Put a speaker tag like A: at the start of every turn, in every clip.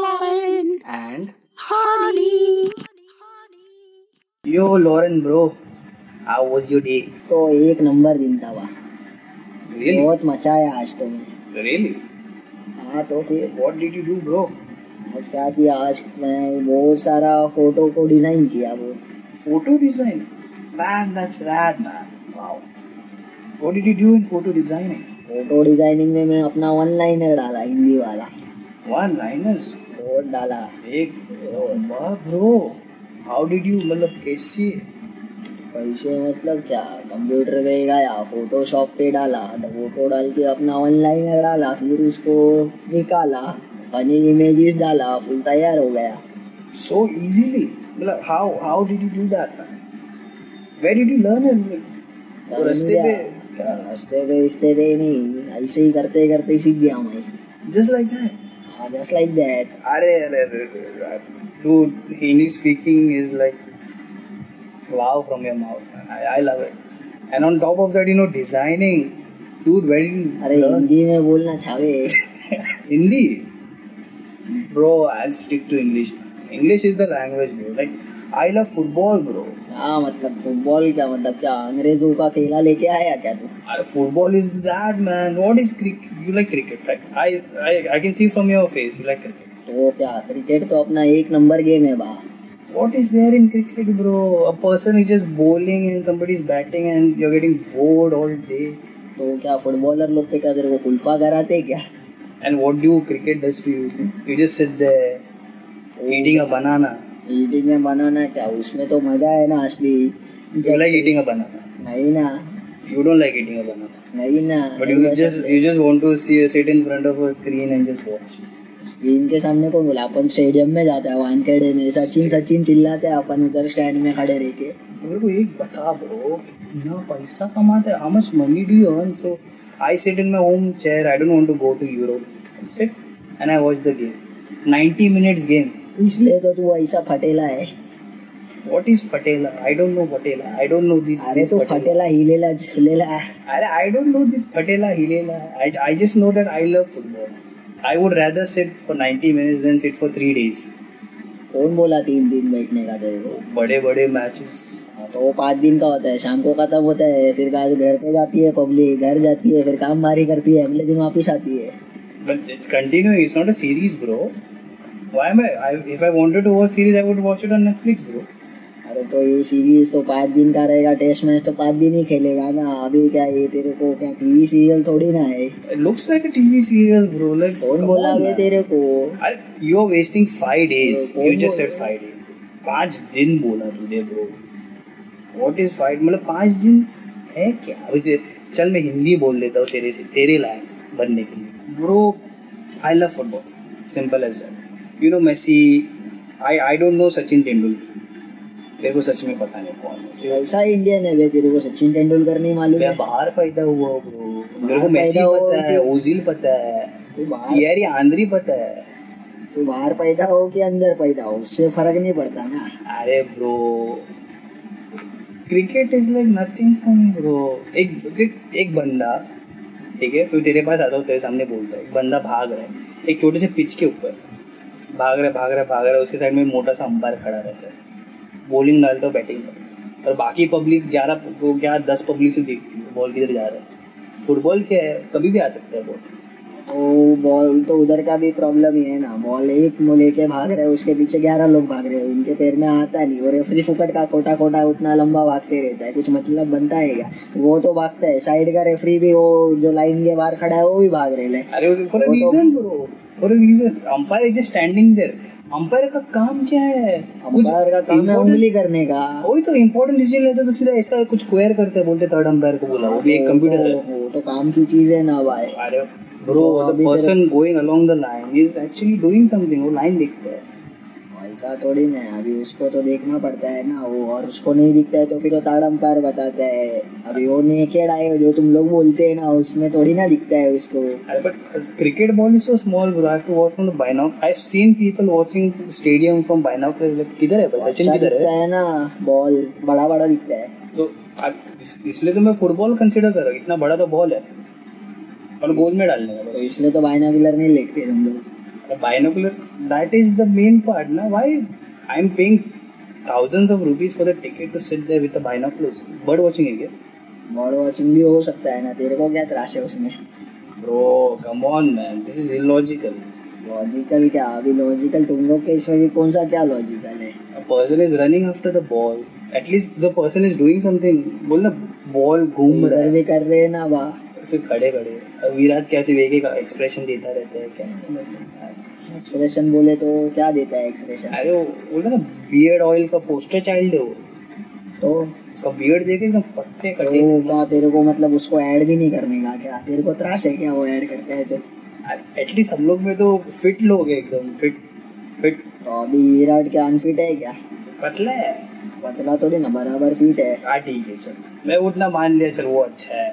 A: Lauren
B: And
A: Hardy.
B: yo, Lauren, bro, how was your day?
A: तो एक number दिन था वाह
B: Really?
A: बहुत मचाया आज तो मैं
B: Really?
A: हाँ तो फिर
B: What did you do, bro?
A: आज क्या किया आज मैं बहुत सारा फोटो को डिजाइन किया वो
B: Photo design. Man, that's rad, man. Wow. What did you do in photo designing?
A: Photo designing में मैं अपना वन लाइनर डाला हिंदी वाला
B: One liners.
A: बहुत डाला
B: एक वाह ब्रो हाउ डिड यू मतलब कैसे
A: पैसे मतलब क्या कंप्यूटर पे गया फोटोशॉप पे डाला फोटो डाल के अपना ऑनलाइन डाला फिर उसको निकाला बनी इमेजेस डाला फुल तैयार हो गया
B: सो इजीली मतलब how how did you do that where did you learn it
A: बन
B: रास्ते
A: गया।
B: पे
A: हाँ, रास्ते पे रिश्ते पे नहीं ऐसे ही करते करते सीख गया मैं हाँ,
B: just like that
A: just like that
B: अरे अरे अरे dude English speaking is like wow from your mouth man. I, I love it and on top of that you know designing dude where did you
A: अरे
B: learn
A: Hindi में बोलना छावे
B: Hindi. Bro, I'll stick to English. English is the language, bro. Like, I love football, bro.
A: हाँ मतलब football क्या मतलब क्या अंग्रेजों का खेला लेके आया क्या तू
B: Uh, Football is that, man. What is cricket? You like cricket, right? I, I, I can see from your face you like cricket.
A: तो क्या क्रिकेट तो अपना एक नंबर गेम है बा
B: What is there in cricket, bro? A person is just bowling and somebody is batting and you're getting bored all day.
A: तो क्या footballer लोग थे क्या तेरे को कुल्फा कराते क्या
B: And what do you, cricket does to you? You just sit there eating a banana.
A: Eating में बनाना क्या उसमें तो मजा है ना असली
B: You like eating a banana.
A: नहीं ना
B: You don't like eating a banana.
A: नहीं ना
B: But you just you just want to see sit in front of a screen and just watch.
A: Screen के सामने कौन बोला अपन स्टेडियम में जाता है वानखेड़े में सचिन सचिन चिल्लाते हैं अपन उधर स्टैंड में खड़े रह के
B: मेरे को एक बता bro इतना पैसा कमाते how much money do you earn so I sit in my home chair I don't want to go to Europe I sit and I watch the game 90 minutes game
A: इसलिए तो तू ऐसा फटेला है
B: what is Patela I don't know Patela I don't know this
A: अरे
B: this
A: तो
B: Patela.
A: फटेला हिलेला झुलेला
B: I, I don't know this Patela Hilela I, I just know that I love football I would rather sit for 90 minutes than sit for 3 days
A: कौन बोला तीन दिन बैठने का तेरे को
B: बड़े बड़े matches
A: हाँ, तो वो पाँच दिन का होता है शाम को खत्म होता है फिर गाड़ी घर पे जाती है पब्लिक घर जाती है फिर काम भारी करती है अगले दिन वापिस आती है
B: But it's continuing. It's not a series, bro. Why am I, I? If I wanted to watch series, I would watch it on Netflix, bro.
A: अरे तो ये सीरीज तो पाँच दिन का रहेगा टेस्ट मैच तो पाँच दिन ही खेलेगा ना अभी क्या ये तेरे को क्या टीवी सीरियल थोड़ी ना है
B: It looks like a TV serial, bro. Like
A: कौन
B: come
A: बोला
B: on,
A: वे
B: man.
A: तेरे को
B: अरे, you're wasting five days.
A: कौन
B: You
A: बोल
B: just said five days. पाँच दिन बोला तूने bro. What is five? मतलब पाँच दिन है क्या? अभी ते, चल मैं हिंदी बोल लेता हूँ तेरे से तेरे लायक बनने के लिए. Bro, I love football. Simple as that. You know Messi. I I don't know Sachin Tendulkar. मेरे को सच में पता नहीं कौन है.
A: ऐसा इंडियन है बे तेरे को सचिन तेंदुलकर नहीं मालूम
B: मैं
A: है
B: बाहर पैदा हुआ हूँ bro. मेरे को
A: बाहर
B: मेसी
A: पैदा हुआ
B: पता है
A: कि-
B: ओजिल पता है
A: तू बाहर
B: यारी आंद्री पता है
A: तू बाहर पैदा हो कि अंदर पैदा हो उससे फर्क नहीं पड़ता ना
B: अरे bro cricket is like nothing for me bro एक देख, एक बंदा ठीक है मैं तेरे पास आता हूँ तेरे सामने बोलता हूँ एक बंदा भाग रहा है एक छोटे से पिच के ऊपर भाग रहा है भाग रहा है भाग रहा है उसके साइड में मोटा सा अंपायर खड़ा रहता है बॉलिंग डालता है बैटिंग करता और बाकी पब्लिक ग्यारह वो ग्यारह दस पब्लिक से देखती है बॉल किधर जा रहा है फुटबॉल क्या है कभी भी आ सकता है बॉल
A: तो बॉल तो उधर का भी प्रॉब्लम ही है ना बॉल एक मुँह लेके भाग रहे हैं उसके पीछे ग्यारह लोग भाग रहे हैं उनके पैर में आता नहीं और रेफरी फुकट का कोटा कोटा उतना लंबा भागते रहता है कुछ मतलब बनता है क्या वो तो भागता है साइड का रेफरी भी वो जो लाइन के बाहर खड़ा है वो भी भाग रहे हैं
B: अरे उस- for a
A: वो तो-
B: reason bro for a reason umpire is just standing there umpire का काम क्या है कुछ
A: अंपायर का काम है
B: important-
A: उंगली करने का
B: वही तो इंपॉर्टेंट डिसीजन लेते हैं तो सीधा ऐसा कुछ क्वेयर करते हैं बोलते थर्ड अंपायर को बोला वो भी एक कंप्यूटर है
A: तो, वो तो काम की चीज है ना भाई
B: अरे ब्रो
A: तो
B: द
A: अभी तेरे-
B: person going along the line is actually doing something वो लाइन देखता है
A: ऐसा थोड़ी ना है, अभी उसको तो देखना पड़ता है ना वो और उसको नहीं दिखता है तो फिर वो ताड़ अंपायर बताता है अभी वो नेकेड आए हो जो तुम लोग बोलते हैं ना उसमें थोड़ी ना दिखता है उसको
B: अरे but cricket ball is so small bro I have to watch from the बायनॉक I have seen people watching stadium from बायनॉक किधर है भाई? सचिन
A: अच्छा
B: किधर है
A: दिखता है ना बॉल बड़ा बड़ा दिखता है
B: तो आप- इस- इसलिए तो मैं फुटबॉल कंसिडर कर रहा हूँ इतना बड़ा तो बॉल है और गोल में डालने का
A: तो
B: बस
A: इसलिए तो बाइनोकुलर नहीं लेते तुम लोग
B: The binocular, that is the main part. Now, why I'm paying thousands of rupees for the ticket to sit there with the binoculars? Bird watching again.
A: Bird watching भी हो सकता है ना तेरे को क्या त्रास है उसमें
B: Bro, come on, man. This is illogical.
A: Logical क्या अभी लॉजिकल तुम लोग के इसमें भी कौन सा क्या लॉजिकल है
B: A person is running after the ball. At least the person is doing something. बोल ना बॉल घूम रहा
A: इधर
B: है
A: भी कर रहे हैं ना बा
B: सिर्फ खड़े खड़े अब विराट कैसे वेगे का एक्सप्रेशन देता रहता है क्या मतलब
A: एक्सप्रेशन बोले तो क्या देता है एक्सप्रेशन
B: अरे वो बोला ना बियर्ड ऑयल का पोस्टर चाइल्ड है वो
A: तो
B: उसका बियर्ड देखे एकदम फटे
A: तो
B: कटे
A: क्या तेरे को मतलब उसको ऐड भी नहीं करने का क्या तेरे को त्रास है क्या वो ऐड करता है तो
B: एटलीस्ट हम लोग में तो फिट लोग हैं एकदम फिट फिट
A: तो अभी विराट क्या अनफिट है क्या
B: पतला है
A: पतला थोड़ी ना बराबर फिट है
B: हाँ ठीक है चल मैं उतना मान लिया चल वो अच्छा है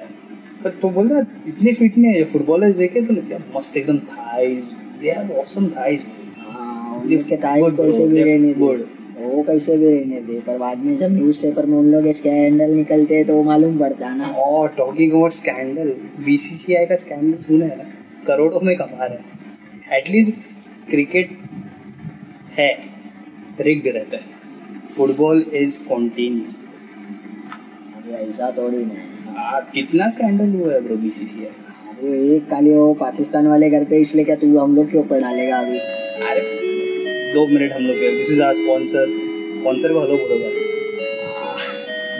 B: पर तो बोल ना इतने फिट नहीं है फुटबॉलर्स देखे तो क्या मस्त एकदम thighs they have awesome thighs
A: हाँ, उन लोग के ताइज
B: Good
A: कैसे
B: bro,
A: भी
B: yeah,
A: रहने दे
B: good.
A: वो कैसे भी रहने दे पर बाद में जब न्यूज़पेपर में उन लोग के स्कैंडल निकलते हैं तो वो मालूम पड़ता है ना
B: और टॉकिंग अबाउट स्कैंडल बीसीसीआई का स्कैंडल सुना है ना करोड़ों में कमा रहे हैं एटलीस्ट क्रिकेट है रिग्ड रहता है फुटबॉल इज कॉन्टीन्यूस
A: अभी ऐसा थोड़ी ना है
B: आप कितना स्कैंडल हुआ है ब्रो बीसीसीआई
A: अरे एक खाली वो पाकिस्तान वाले करते हैं, इसलिए क्या तू हम लोग के ऊपर डालेगा अभी
B: अरे दो मिनट हम लोग this is our sponsor sponsor को हेलो बोलो भाई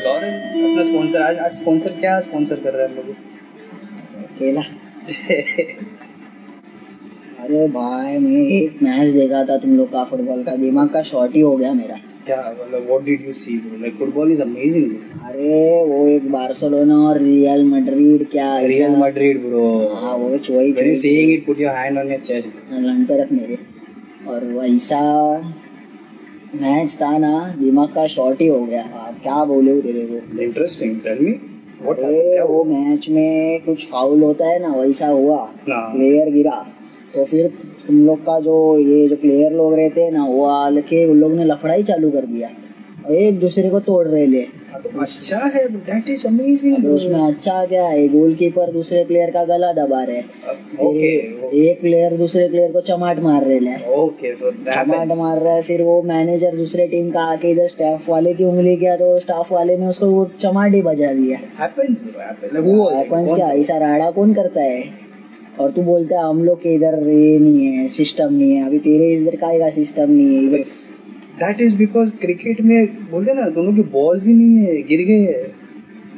B: लॉरेन अपना स्पॉन्सर आज आज स्पॉन्सर क्या स्पॉन्सर कर रहे हैं हम लोग
A: केला अरे भाई मैं एक मैच देखा था तुम लोग का फुटबॉल का दिमाग का शॉर्ट ही हो गया मेरा
B: क्या मतलब what did you see like football is amazing
A: अरे वो एक बार्सिलोना और रियल मैड्रिड क्या ऐसा-
B: रियल मैड्रिड ब्रो
A: हाँ वो चोई
B: when you seeing it put your hand on your chest
A: लन पे रख मेरे और वैसा मैच था ना दिमाग का शॉर्ट ही हो गया आप क्या बोले हो तेरे को
B: इंटरेस्टिंग टेल मी व्हाट
A: अरे वो मैच में कुछ फाउल होता है ना वैसा हुआ
B: हाँ।
A: प्लेयर गिरा तो फिर तुम लोग का जो ये जो प्लेयर लोग रहते हैं ना वो आल के उन लोग ने लफड़ाई चालू कर दिया और एक दूसरे को तोड़ रहे ले
B: अच्छा है दैट इज अमेजिंग
A: तो उसमें अच्छा क्या है गोल कीपर दूसरे प्लेयर का गला दबा रहे फिर
B: ओके
A: एक प्लेयर दूसरे प्लेयर को चमाट मार रहे ले
B: ओके सो
A: चमाट
B: दैट
A: मार रहा है फिर वो मैनेजर दूसरे टीम का आके इधर स्टाफ वाले की उंगली किया तो स्टाफ वाले ने उसको वो चमाट ही बजा दिया
B: happens bro happens like who was it?
A: Sarpanch
B: What-
A: क्या ऐसा राड़ा कौन करता है और तू बोलता है हम लोग के इधर ये नहीं है सिस्टम नहीं है अभी तेरे इधर का का सिस्टम नहीं है इधर
B: दैट इज बिकॉज क्रिकेट में बोलते ना तुम लोग की बॉल्स ही नहीं है गिर गए हैं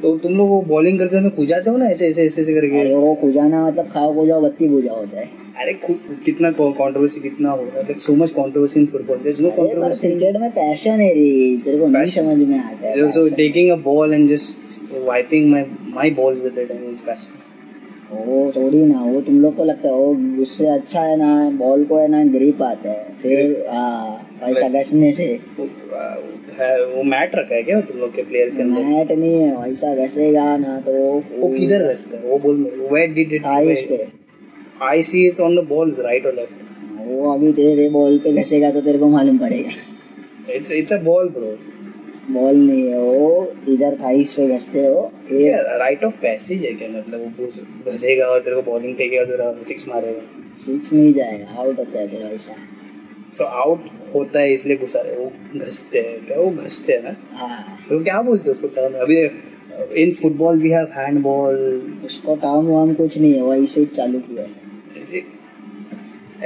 B: तो तुम लोग वो बॉलिंग करते समय खुजाते हो ना ऐसे ऐसे ऐसे ऐसे करके
A: अरे वो खुजाना मतलब खाओ खुजाओ बत्ती बुझा होता है
B: अरे खु- कितना कंट्रोवर्सी कितना हो रहा है so much controversy in football there is no
A: अरे पर
B: कंट्रोवर्सी
A: क्रिकेट में पैशन है रे तेरे को नहीं समझ में आता है
B: so
A: passion।
B: Taking a ball and just wiping my my balls with it and is passion
A: वो थोड़ी ना वो तुम लोग को लगता है वो उससे अच्छा है ना बॉल को है ना ग्रिप आता है फिर हाँ, वैसा घसने से
B: वो मैट रखा है क्या तुम लोग के प्लेयर्स के अंदर
A: मैट नहीं है वैसा घसेगा ना तो
B: वो किधर घसता है वो ball where did it
A: thigh उस पे
B: I see it on the balls right और लेफ्ट
A: वो अभी तेरे बॉल पे घसेगा तो तेरे को मालूम पड़ेगा
B: it's it's a ball bro
A: ball नहीं है वो इधर थाइस पे घसते हो फिर
B: राइट ऑफ पैसेज है क्या मतलब वो घुस- घुसेगा और तेरे को बॉलिंग फेंकेगा तेरा सिक्स मारेगा
A: सिक्स नहीं जाएगा आउट होता है तेरा ऐसा
B: सो आउट होता है इसलिए घुसा रहे वो घसते हैं क्या वो घसते हैं ना
A: हाँ
B: तो क्या बोलते हैं उसको टर्म अभी uh, in football we have handball
A: उसको काम वाम कुछ नहीं है वैसे ही चालू किया है
B: ऐसे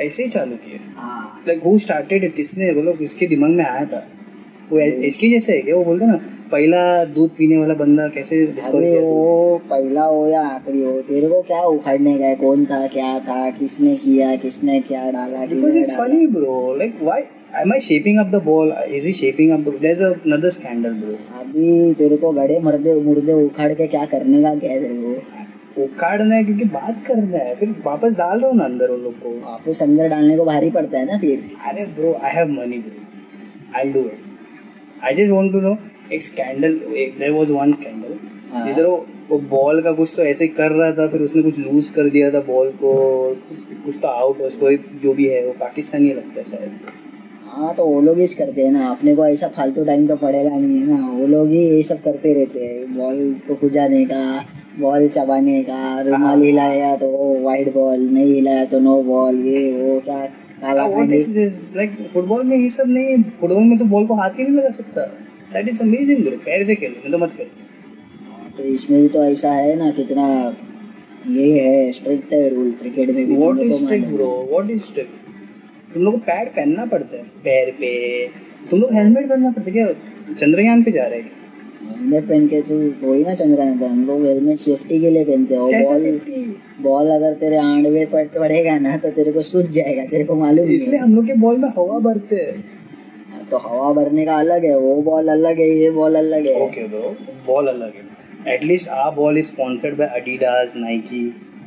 B: ऐसे ही चालू किए
A: हाँ
B: लाइक हु स्टार्टेड इट किसने बोलो किसके दिमाग में आया था वो ऐ- इसके जैसे है क्या वो बोलते हैं ना पहला दूध पीने वाला बंदा कैसे डिस्कवर
A: अरे
B: किया
A: वो पहला हो या आखिरी हो तेरे को क्या उखाड़ने का है कौन था क्या था किसने किया किसने क्या डाला
B: Because
A: किसने
B: it's
A: डाला
B: funny, bro. Like, why am I shaping up the ball? Is he shaping up the? There's another scandal, bro.
A: अभी तेरे को गड़े मर्दे मुर्दे उखाड़ के क्या करने का क्या है तेरे को
B: उखाड़ना है क्योंकि बात करना है फिर वापस डाल रहा हूँ ना अंदर उन लोग को
A: वापस अंदर डालने को भारी पड़ता है ना फिर
B: अरे bro I have money bro I do it I just want to know एक स्कैंडल देयर वाज वन
A: हाँ।
B: स्कैंडल इधर वो वो बॉल का कुछ तो ऐसे कर रहा था फिर उसने कुछ लूज कर दिया था बॉल को कुछ तो आउट उसको जो भी है वो पाकिस्तानी लगता है शायद से
A: हाँ तो वो लोग ही करते हैं ना अपने को ऐसा फालतू टाइम तो पड़ेगा नहीं है ना वो लोग ही ये सब करते रहते हैं बॉल को खुजाने का बॉल
B: हाँ।
A: चबाने का रुमाल हिलाया तो वाइड बॉल नहीं हिलाया तो नो बॉल ये वो क्या काला
B: what
A: pani
B: is this like football में ये सब नहीं है फुटबॉल में तो बॉल को हाथ ही नहीं लगा सकता दैट इज अमेजिंग ब्रो पैर से खेलो नहीं तो मत खेलो
A: तो इसमें भी तो ऐसा है ना कितना ये है स्ट्रिक्ट है रूल क्रिकेट में भी
B: व्हाट
A: तुम लोग
B: इज
A: को
B: ट्रिक
A: मालूम
B: ब्रो व्हाट इज ट्रिक तुम लोग को पैड पहनना पड़ता है पैर पे तुम लोग हेलमेट पहनना पड़ता है क्या चंद्रयान पे जा रहे हैं क्या?
A: है। हेलमेट पहन के तो वही ना चंद्रयान पे हम लोग हेलमेट सेफ्टी के लिए पहनते हैं और
B: कैसे
A: बॉल
B: safety?
A: बॉल अगर तेरे आंडवे पर पड़ेगा ना तो तेरे को सूझ जाएगा तेरे को मालूम नहीं
B: इसलिए हम लोग के बॉल में हवा भरते हैं
A: है। तो हवा भरने का अलग है वो बॉल अलग है ये बॉल अलग है
B: ओके ब्रो बॉल अलग है at least a ball is sponsored by Adidas Nike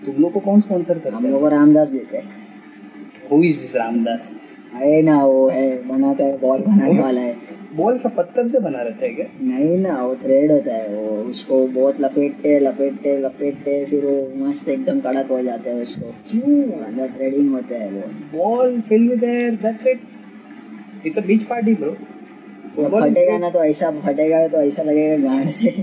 B: तुम लोग को कौन स्पॉन्सर करता
A: हम लोग को रामदास देते हैं
B: है हु इज दिस रामदास
A: है ना वो है बनाता है बॉल बनाने वाला है
B: बॉल का पत्थर से बना रहता है क्या
A: नहीं ना वो थ्रेड होता है वो उसको बहुत लपेटते लपेटते लपेटते फिर वो मस्त एकदम कड़क हो जाता है उसको
B: क्यों
A: अंदर थ्रेडिंग होता है वो
B: ball fill with air that's it it's a beach party bro
A: जब फटेगा ना तो ऐसा फटेगा तो ऐसा लगेगा गांड से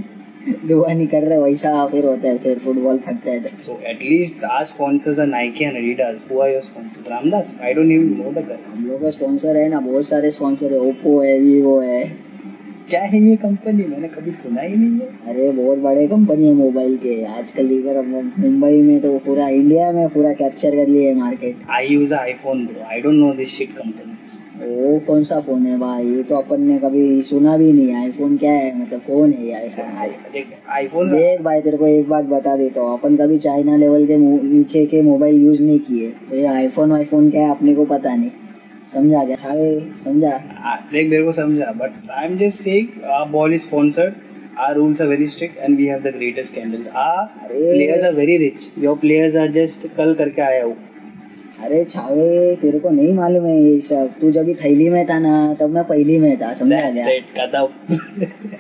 A: दुआ नहीं कर रहे वैसा फिर होता है फिर फुटबॉल फटता है तो
B: So at least our sponsors are Nike and Adidas. Who are your sponsors? Ramdas. I don't even know the guy.
A: हम लोग का स्पॉन्सर है ना बहुत सारे स्पॉन्सर है ओप्पो है वीवो है
B: क्या है ये कंपनी मैंने कभी सुना ही नहीं है
A: अरे बहुत बड़े कंपनी है मोबाइल के आजकल इधर हम लोग मुंबई में तो पूरा इंडिया में पूरा कैप्चर कर लिए है market
B: I use iPhone bro I don't know this shit companies
A: वो कौन सा फोन है भाई ये तो अपन ने कभी सुना भी नहीं आईफोन क्या है मतलब कौन है ये आईफोन
B: देख आईफोन
A: देख भाई तेरे को एक बात बता देता हूँ अपन कभी चाइना लेवल के मो- नीचे के मोबाइल यूज नहीं किए तो ये आईफोन वाईफोन क्या है अपने को पता नहीं समझा क्या छावे समझा
B: देख मेरे को समझा but I am just saying our ball is sponsored Our rules are very strict and we have the greatest scandals. Our
A: अरे।
B: players are very rich. Your players are just कल करके आया हो
A: अरे छावे तेरे को नहीं मालूम है ये सब तू जब भी थैली में था ना तब मैं पहली में था समझा
B: That's
A: क्या
B: it. खत्म